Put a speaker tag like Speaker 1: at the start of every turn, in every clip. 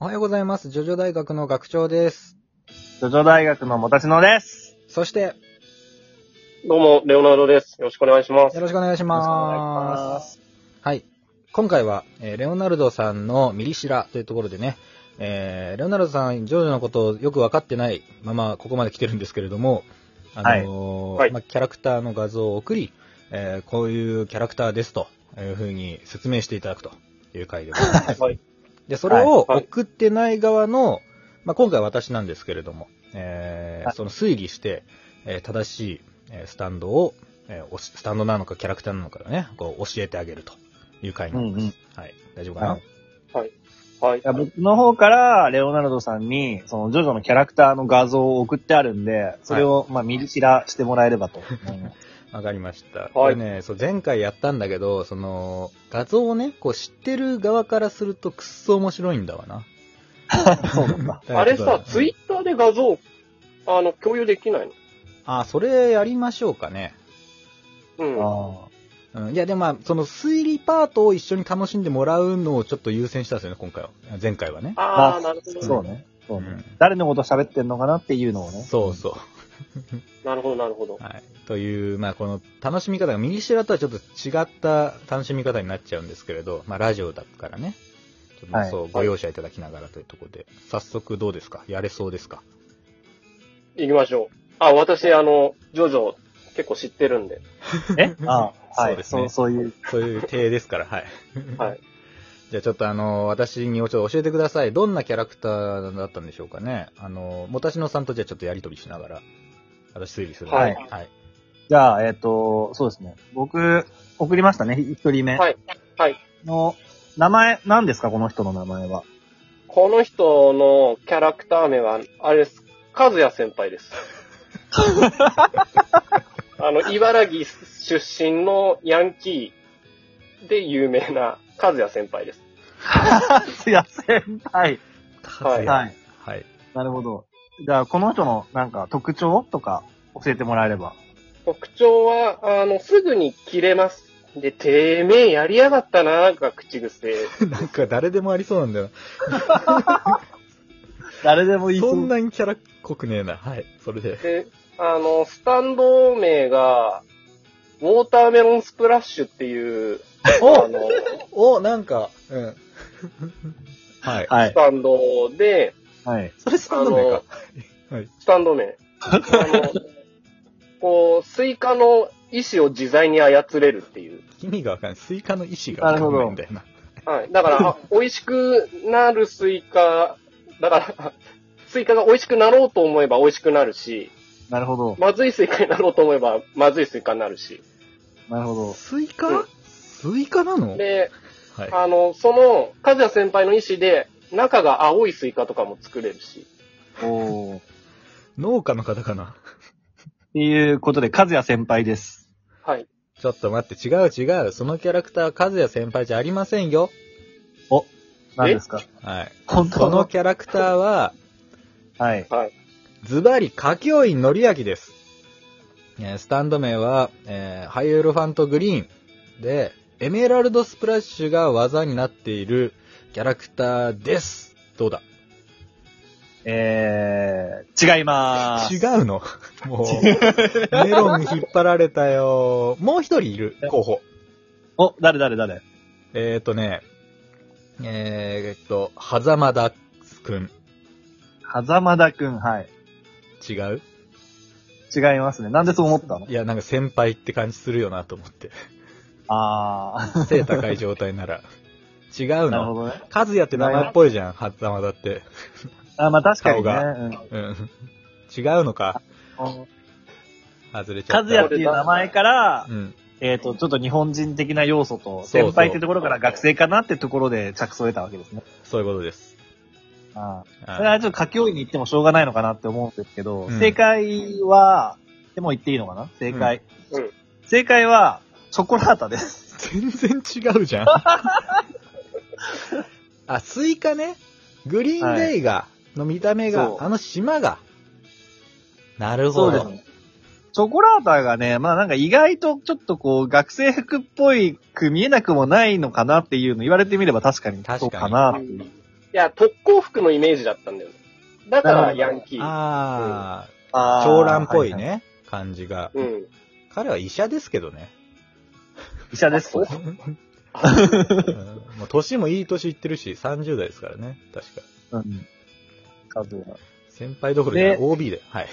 Speaker 1: おはようございます。ジョジョ大学の学長です。
Speaker 2: ジョジョ大学のもたしのです。
Speaker 1: そして、
Speaker 3: どうも、レオナルドです。よろしくお願いします
Speaker 1: よ。ろしくお願いし
Speaker 2: よろしくお願いし
Speaker 1: ま。
Speaker 2: ます
Speaker 1: はい。今回は、えーレオナルドさんのミリシラというところでね、えーレオナルドさん、ジョジョのことをよくわかってないまま、ここまで来てるんですけれども、あのー
Speaker 3: はい
Speaker 1: まあ、キャラクターの画像を送り、えーこういうキャラクターですというふうに説明していただくという回でございます。
Speaker 3: はい
Speaker 1: で、それを
Speaker 3: はいはい
Speaker 1: 送ってない側の、まあ、今回私なんですけれども、えー
Speaker 2: はい
Speaker 1: その推理して、えー正しいえースタンドを、えーおしスタンドなのかキャラクターなのかをね、こう教えてあげるという回になります。
Speaker 2: うんうん
Speaker 1: はい。大丈夫かな、
Speaker 2: はい
Speaker 3: はい。
Speaker 2: いや僕の方から、レオナルドさんに、その、ジョジョのキャラクターの画像を送ってあるんで、それを、まあ、見知らしてもらえればと思います。
Speaker 1: わかりました。こ
Speaker 3: はい
Speaker 1: れね、そう前回やったんだけど、その、画像をね、こう知ってる側からするとくっそ面白いんだわな。
Speaker 2: そうなんだ。
Speaker 3: あれさ、ツイ
Speaker 1: ッ
Speaker 3: ッターで画像、あの、共有できないの
Speaker 1: あ、それやりましょうかね。
Speaker 3: うん。
Speaker 2: あ
Speaker 1: うん、いや、でもまあ、その推理パートを一緒に楽しんでもらうのをちょっと優先したんですよね、今回は。前回はね。
Speaker 3: あ
Speaker 2: あ
Speaker 3: ー、なるほど、
Speaker 2: ー
Speaker 3: ね。
Speaker 2: そうね。そう
Speaker 1: う
Speaker 2: ね
Speaker 1: ん。
Speaker 2: 誰のこと喋ってんのかなっていうのをね。
Speaker 1: そうそう。
Speaker 3: なるほど、なるほど。
Speaker 1: はい。という、まあ、この楽しみ方が、ミニシラとはちょっと違った楽しみ方になっちゃうんですけれど、まあ、ラジオだからね。ちょっとまあ
Speaker 2: はい
Speaker 1: そう、ご容赦いただきながらというところで、早速どうですかやれそうですか
Speaker 3: 行きましょう。あ、私、あの、ジョジョ、結構知ってるんで。
Speaker 2: えああ、
Speaker 1: そう
Speaker 2: は
Speaker 1: で
Speaker 2: い。
Speaker 1: すね
Speaker 2: そう、そういう。
Speaker 1: そういう体ですから、はい。
Speaker 3: はい。
Speaker 1: じゃあちょっとあの、私にちょっと教えてください。どんなキャラクターだったんでしょうかねあの、もたしのさんとじゃあちょっとやりとりしながら、私推理するので
Speaker 3: はい
Speaker 1: はい。
Speaker 2: じゃあ、えっ、と、そうですね。僕、送りましたね、一人目。
Speaker 3: はい。はい。
Speaker 2: の、名前、何ですか、この人の名前 は。
Speaker 3: この人のキャラクター名は、あれです。カズヤ先輩 です。あの、茨城出身のヤンキーで有名なカズヤ先輩です。
Speaker 2: いや、先輩。
Speaker 3: はい
Speaker 2: はい。
Speaker 1: はい。
Speaker 2: なるほど。じゃあ、この人のなんか特徴とか教えてもらえれば。
Speaker 3: 特徴は、あの、すぐに切れます。で、てめえやりやがったな、が口 癖。
Speaker 1: なんか誰でもありそうなんだよ。
Speaker 2: 誰でもいい
Speaker 1: そんなにキャラ濃くねえな。はい。それで。
Speaker 3: で、あの、スタンド名が、ウォーターメロンスプラッシュっていう、あの、
Speaker 1: お、なんか、うん。 はい。
Speaker 2: は
Speaker 3: ス
Speaker 2: い。
Speaker 3: タンドで、
Speaker 2: はい。
Speaker 1: それスタンド名か。はい。
Speaker 3: スタンド名。あ の、こう、スイカの意思を自在に操れるっていう。
Speaker 1: 意味がわかんない。スイカの意思がわかんないんだよな。
Speaker 3: はい。だから、 あ美味しくなるスイカ、だから、 スイカが美味しくなろうと思えば美味しくなるし、
Speaker 2: なるほど。
Speaker 3: まずいスイカになろうと思えば、まずいスイカになるし。
Speaker 2: なるほど。
Speaker 1: スイ
Speaker 3: う
Speaker 1: カ
Speaker 3: ん
Speaker 1: スイカなのはい。
Speaker 3: で、あの、その、和也先輩の意思で、中が青いスイカとかも作れるし。
Speaker 2: おー。っ
Speaker 1: 農家の方かな
Speaker 2: ていうことで、和也先輩です。
Speaker 3: はい。
Speaker 1: ちょっと待って、違う違う。そのキャラクター、和也先輩じゃありませんよ。
Speaker 2: 何ですか
Speaker 1: はい。
Speaker 2: 本当
Speaker 1: この
Speaker 2: の
Speaker 1: キャラクターは、
Speaker 2: はい。
Speaker 1: ズバリ、歌教員のりあきです。えースタンド名は、えーハイエロファントグリーンで、エメラルドスプラッシュが技になっているキャラクターです。どうだ
Speaker 2: えー、違いまーす。
Speaker 1: 違うの も う、メロンに引っ張られたよ。もう一人いる、候補。
Speaker 2: お、誰誰誰
Speaker 1: えー、っとね、えー、っと、狭間田くん。
Speaker 2: 狭間田くん、はい。
Speaker 1: 違う
Speaker 2: 違いますね。なんでそう思ったの
Speaker 1: いや、なんか先輩って感じするよなと思 って。
Speaker 2: あ
Speaker 1: 背高い状態なら。違
Speaker 2: ー。
Speaker 1: う
Speaker 2: なる
Speaker 1: の
Speaker 2: ほどね。
Speaker 1: カズヤって名前っぽいじゃん、狭間田って。
Speaker 2: あ、まあ確かに
Speaker 1: 顔
Speaker 2: ね。
Speaker 1: が
Speaker 2: うん
Speaker 1: うん。違うのか。
Speaker 2: あの
Speaker 1: 外れちゃ
Speaker 2: 和
Speaker 1: った。
Speaker 2: 也っていう名前から、
Speaker 1: うん。
Speaker 2: えっ、と、ちょっと日本人的な要素
Speaker 1: そうそ
Speaker 2: と、
Speaker 1: う
Speaker 2: 先輩ってところから学生かなってところで着想を得たわけですね。
Speaker 1: そういうことです。
Speaker 2: ああ
Speaker 1: あ
Speaker 2: それはちょっと佳境に行ってもしょうがないのかなって思うんですけど、
Speaker 1: うん
Speaker 2: 正解は、でも言っていいのかな正解、
Speaker 3: うんうん
Speaker 2: 正解は、チョコラータです。
Speaker 1: 全然違うじゃん。 あ、スイカね。グリーンレイが、の見た目が
Speaker 2: そ、う
Speaker 1: あの島が。なるほ
Speaker 2: そう
Speaker 1: ど。
Speaker 2: ですね。チョコラータがね、まあなんか意外とちょっとこう、学生服っぽいく見えなくもないのかなっていうの言われてみれば確かにそうかなっていう。
Speaker 3: や、特攻服のイメージだったんだよね。だからヤンキー。
Speaker 1: ああ、
Speaker 2: あー
Speaker 1: 長蘭っぽい
Speaker 2: は
Speaker 1: ね、感じが。
Speaker 3: うん。
Speaker 1: 彼は医者ですけどね。
Speaker 2: 医者です。
Speaker 3: そう
Speaker 1: うんもう年もいい年いってるし、30代ですからね。確か。
Speaker 2: うん。画像が
Speaker 1: 先輩どころじゃない、
Speaker 2: で
Speaker 1: OB で。はい。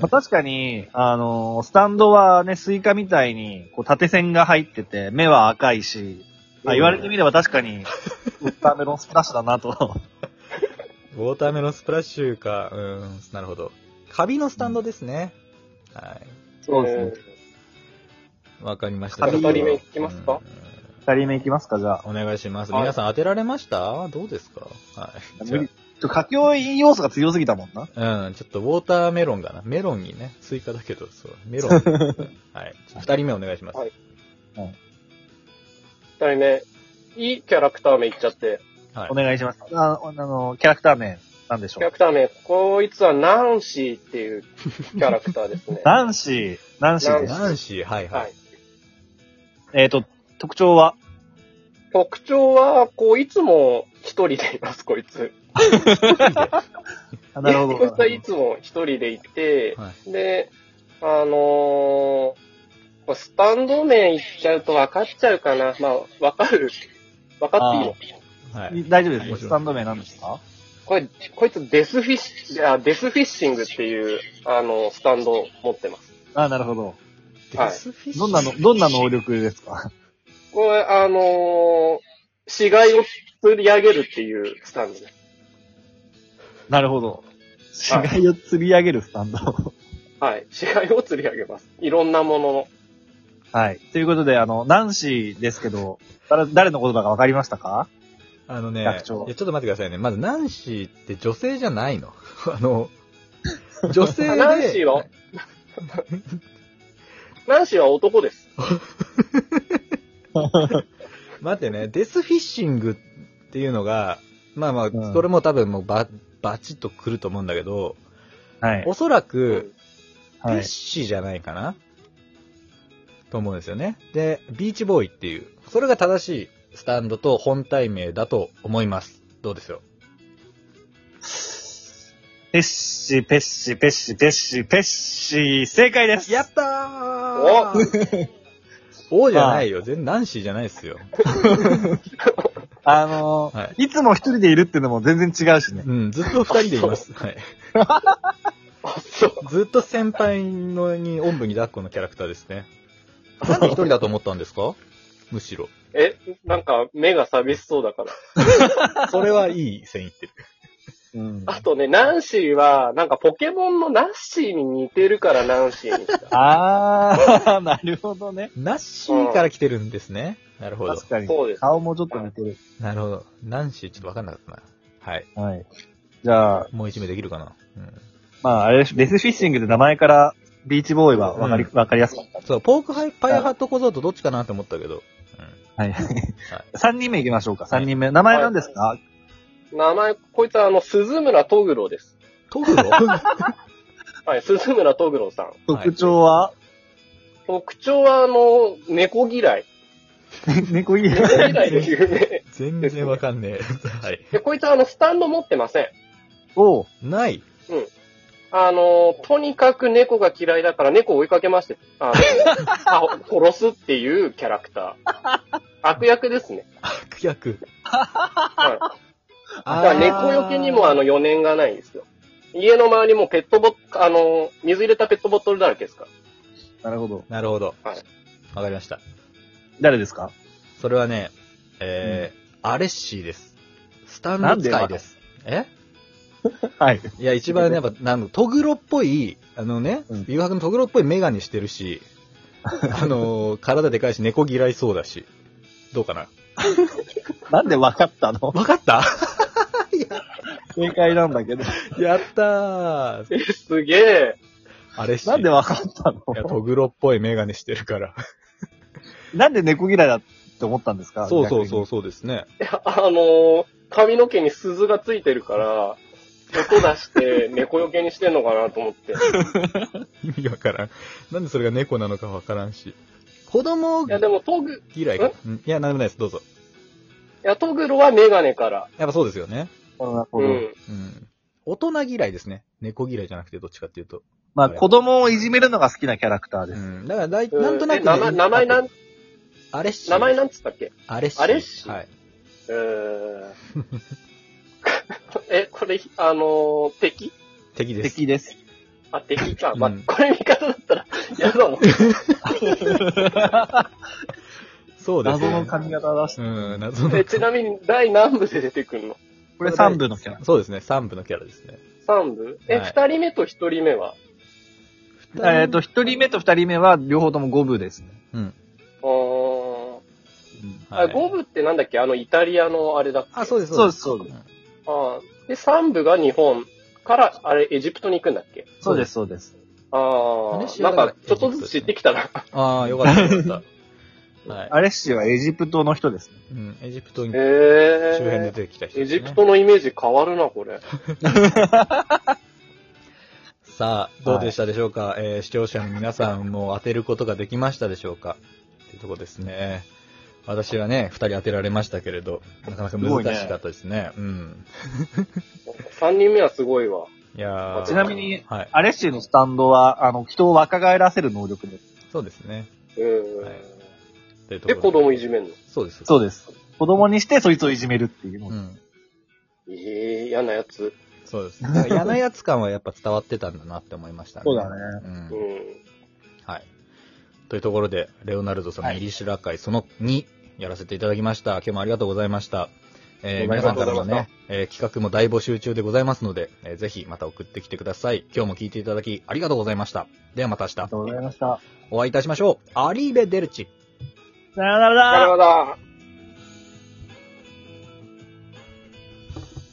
Speaker 2: まあ、確かに、あのスタンドはね、スイカみたいに、こう、縦線が入ってて、目は赤いし、
Speaker 3: う
Speaker 2: あ
Speaker 3: ん
Speaker 2: 言われてみれば確かに、ウッターメロンスプラッシュだなと。
Speaker 1: ウォーターメロンスプラッシュか、うーん、なるほど。カビのスタンドですね。はい。
Speaker 2: そうですね。
Speaker 1: わかりました。
Speaker 2: カビ
Speaker 1: ちょっと
Speaker 2: 二人
Speaker 3: 目いきますか
Speaker 2: 二人目いきますか、じゃあ。
Speaker 1: うんお願いします。
Speaker 3: はい
Speaker 1: 皆さん当てられましたどうですかはい。
Speaker 2: 無理。ちょっと、佳境要素が強すぎたもんな。
Speaker 1: じゃあうん、ちょっとウォーターメロンがな。メロンにね、スイカだけど、そう、メロン。はい。ちょっと二人目お願いします。
Speaker 3: はい二人目、いいキャラクター名いっちゃって。
Speaker 1: はい
Speaker 2: お願いします。ああの、キャラクター名、なんでし
Speaker 3: キ
Speaker 2: ょ
Speaker 3: ャラ
Speaker 2: う。。
Speaker 3: クター名、こいつはナンシーっていうキャラクターですね
Speaker 2: ナンシー、ナンシーです。
Speaker 1: ナンシー、はいは
Speaker 3: はいい。。
Speaker 2: えっ、と、特徴は、
Speaker 3: 特徴は、こう、いつも一人でいます、こいつ。
Speaker 2: あなるほ
Speaker 3: こい
Speaker 2: ど。
Speaker 3: つはいつも一人でいて、
Speaker 1: は
Speaker 3: で、あのースタンド名言っちゃうと分かっちゃうかな。まあ、分かる。分かっていいの
Speaker 1: い。はい。
Speaker 2: 大丈夫です
Speaker 1: も
Speaker 2: か
Speaker 1: ちろん
Speaker 2: スタンド名なんですか
Speaker 3: これ、こいつデスフィッシあデスフィッシングっていう、あの、スタンドを持ってます。
Speaker 2: あなるほど。
Speaker 3: はい
Speaker 1: デスフィッシュ
Speaker 2: どんなの、どんな能力ですか
Speaker 3: これ、あのー死骸を釣り上げるっていうスタンドです。
Speaker 2: なるほ ど。死骸を釣り上げるスタンド。
Speaker 3: はい。死骸を釣り上げます。いろんなものの。
Speaker 2: はい。ということで、あの、ナンシーですけど、誰誰のことだかわかりましたか
Speaker 1: あのね、いや
Speaker 2: 学
Speaker 1: ち
Speaker 2: 長
Speaker 1: ょっと待ってくださいね。まず、ナンシーって女性じゃないの。 あの、女性で。
Speaker 3: ナンシー はナンシーは男です。
Speaker 1: 待ってね、デスフィッシングっていうのが、まあまあ、
Speaker 2: うん
Speaker 1: それも多分もうババチッと来ると思うんだけど、
Speaker 2: はい
Speaker 1: お。そら
Speaker 3: う
Speaker 1: く
Speaker 3: ん、
Speaker 1: フィ
Speaker 2: は
Speaker 1: ッ
Speaker 2: い。
Speaker 1: シーじゃないかな、と思うんですよね。で、ビーチボーイっていう、それが正しいスタンドと本体名だと思います。どうですよ。
Speaker 2: ペッシー、ペッシー、ペッシー、ペッシー、ペッシー、正解です。
Speaker 1: やったーお おじゃないよ。全然ナンシーじゃないですよ。
Speaker 2: あのー、
Speaker 1: はい
Speaker 2: つも一人でいるっていうのも全然違うしね。
Speaker 1: うん、ずっと二人でいます。はい。
Speaker 3: あ、そう。
Speaker 1: ずっと先輩のに、おんぶに抱っこのキャラクターですね。なんで一人だと思ったんですかむしろ。
Speaker 3: え、なんか目が寂しそうだから。
Speaker 1: それはいい線いってる。
Speaker 2: うん。
Speaker 3: あとね、ナンシーは、なんかポケモンのナッシーに似てるからナンシーにした。
Speaker 2: あー、 なるほどね。
Speaker 1: ナッシーから来てるんですね。なるほど
Speaker 2: 確。かに。
Speaker 3: そうです。
Speaker 2: 顔もちょっと似てる。
Speaker 1: なるほど。ナンシーちょっとわかんなかったな。はい。
Speaker 2: はい。じゃあ、
Speaker 1: もう一名できるかな。うん。
Speaker 2: まあ、あれでしょ、デスフィッシングで名前から、ビーチボーイはわかり、
Speaker 1: う
Speaker 2: わかりやすかった。
Speaker 1: そう、ポークハイパイハット小僧とどっちかなと思ったけど。
Speaker 2: はい。3人目行きましょうか、3人目。名前なんですか
Speaker 3: 名前、こいつはあの、鈴村トグロです。
Speaker 1: トグロ
Speaker 3: はい、鈴村トグロさん。
Speaker 1: はい
Speaker 2: 特徴は、
Speaker 3: 特徴はあの、猫嫌い。
Speaker 2: 猫いい
Speaker 3: 猫嫌いで有名。
Speaker 1: 全然わかんねえ。はい。
Speaker 3: で、こいつはあの、スタンド持ってません。
Speaker 2: おう
Speaker 1: ない。
Speaker 3: あの、とにかく猫が嫌いだから猫を追いかけまして、あのあ殺すっていうキャラクター。悪役ですね。
Speaker 1: 悪役。
Speaker 3: はだ
Speaker 1: あ
Speaker 3: から猫よけにもあの余念がないんですよ。家の周りもペットボあの、水入れたペットボトルだらけですから。
Speaker 2: なるほど。
Speaker 1: なるほど。
Speaker 3: はい
Speaker 1: わかりました。
Speaker 2: 誰ですか
Speaker 1: それはね、えーアレッシーです。スタンド使いです。え
Speaker 2: はい。
Speaker 1: いや、一番ね、やっぱ、なんかトグロっぽい、あのね
Speaker 2: うん、
Speaker 1: 誘惑のトグロっぽいメガネしてるし、あのー体でかいし、猫嫌いそうだし。どうかな
Speaker 2: なんでわかったの
Speaker 1: わかった
Speaker 2: 正解なんだけど。
Speaker 1: やったー
Speaker 3: え、すげえ。
Speaker 1: アレッシー。
Speaker 2: なんでわかったの
Speaker 1: いや、トグロっぽいメガネしてるから。
Speaker 2: なんで猫嫌いだって思ったんですか
Speaker 1: そうそうそう、
Speaker 2: 逆
Speaker 1: そうですね。
Speaker 3: いやあの、髪の毛に鈴がついてるから、音出して猫よけにしてんのかなと思って。
Speaker 1: 意味わからん。なんでそれが猫なのかわからんし。子供
Speaker 3: いや、でもトグ、い
Speaker 1: 嫌いか。うんいや、なんでもないです。どうぞ。
Speaker 3: や、トグロはメガネから。
Speaker 1: やっぱそうですよね。
Speaker 2: なるほど。
Speaker 3: うん。
Speaker 1: うん。大人嫌いですね。猫嫌いじゃなくてどっちかっていうと。
Speaker 2: まあ、子供をいじめるのが好きなキャラクターで
Speaker 1: う
Speaker 2: す。
Speaker 1: ん。だからだい、
Speaker 3: う
Speaker 1: なんとなく
Speaker 3: え
Speaker 1: ね、
Speaker 3: 名前、名前なん、
Speaker 1: アレッシー。
Speaker 3: 名前なんつったっけ
Speaker 1: アレッシー。
Speaker 3: アレッシー
Speaker 1: はい。
Speaker 3: うーん。え、これ、あのー敵
Speaker 1: 敵です。
Speaker 2: 敵です。
Speaker 3: あ、敵か。まあ
Speaker 1: うん、
Speaker 3: これ味方だったら、やだもん。
Speaker 1: そうです、
Speaker 2: 謎
Speaker 1: ね。
Speaker 2: の髪型出して。
Speaker 1: うん、謎の
Speaker 3: え。ちなみに、第何部で出てくるの
Speaker 2: これ3部のキャラ。
Speaker 1: そうですね、3部のキャラですね。
Speaker 3: ?3 部え、
Speaker 1: はい
Speaker 3: 二人目と一人目は
Speaker 2: えっ、と、1人目と2人目は両方とも5部ですね。
Speaker 1: うん。
Speaker 3: あー、
Speaker 1: はい
Speaker 3: あ5部ってなんだっけあの、イタリアのあれだっけ
Speaker 1: あ、そうです、
Speaker 2: そうです、そうです。
Speaker 3: あーで、3部が日本から、あれ、エジプトに行くんだっけ
Speaker 2: そうです、そうです。
Speaker 3: あ
Speaker 1: マレー
Speaker 3: あ、
Speaker 1: シア
Speaker 3: な
Speaker 1: だ
Speaker 3: ん
Speaker 1: から
Speaker 3: か、ちょっとずつ知ってきたな。
Speaker 1: ああ、よかった、よか った。はい。
Speaker 2: アレッシーはエジプトの人ですね。
Speaker 1: うん、エジプトに
Speaker 3: へ
Speaker 1: 周
Speaker 3: え。
Speaker 1: 辺で出てきた人
Speaker 3: エ
Speaker 1: です、ね。
Speaker 3: ジプトのイメージ変わるな、 これ。
Speaker 1: さあ、どうでしたでしょうか、えー視聴者の皆さんも当てることができましたでしょうかっていうとこですね。私はね、二人当てられましたけれど、なかなか難しかったですね。うん。
Speaker 3: 3人目はすごいわ。
Speaker 1: いやー
Speaker 2: ちなみに、
Speaker 1: はい。
Speaker 2: アレッシーのスタンドは、あの、人を若返らせる能力です。
Speaker 1: そうですね。
Speaker 3: うん。
Speaker 1: はいというとこ
Speaker 3: で、
Speaker 1: ろ
Speaker 3: 子供いじめんの。
Speaker 1: そうです。
Speaker 2: そう
Speaker 1: で
Speaker 2: です。子供にしてそいつをいじめるっていうの。
Speaker 1: うん。
Speaker 3: ええ、嫌なやつ。
Speaker 1: そうです。だから嫌なやつ感はやっぱ伝わってたんだなって思いましたね。
Speaker 2: そうだね。
Speaker 1: うん
Speaker 3: う。ん。
Speaker 1: はい。というところで、レオナルドさんのミリシュラ会その2、やらせていただきました。今日もありがとうございました。えー
Speaker 2: あ
Speaker 1: 皆
Speaker 2: り
Speaker 1: さ
Speaker 2: が
Speaker 1: ん
Speaker 2: と
Speaker 1: か
Speaker 2: う
Speaker 1: ら
Speaker 3: ござい
Speaker 1: の
Speaker 3: ました
Speaker 1: ね、えー企画も大募集中でございますので、えーぜひまた送ってきてください。今日も聞いていただきありがとうございました。ではまた明
Speaker 2: ありが
Speaker 1: 日
Speaker 2: とうございました。
Speaker 1: お会いいたしましょう。アリーベデルチ。
Speaker 2: さよなら
Speaker 3: なるほど。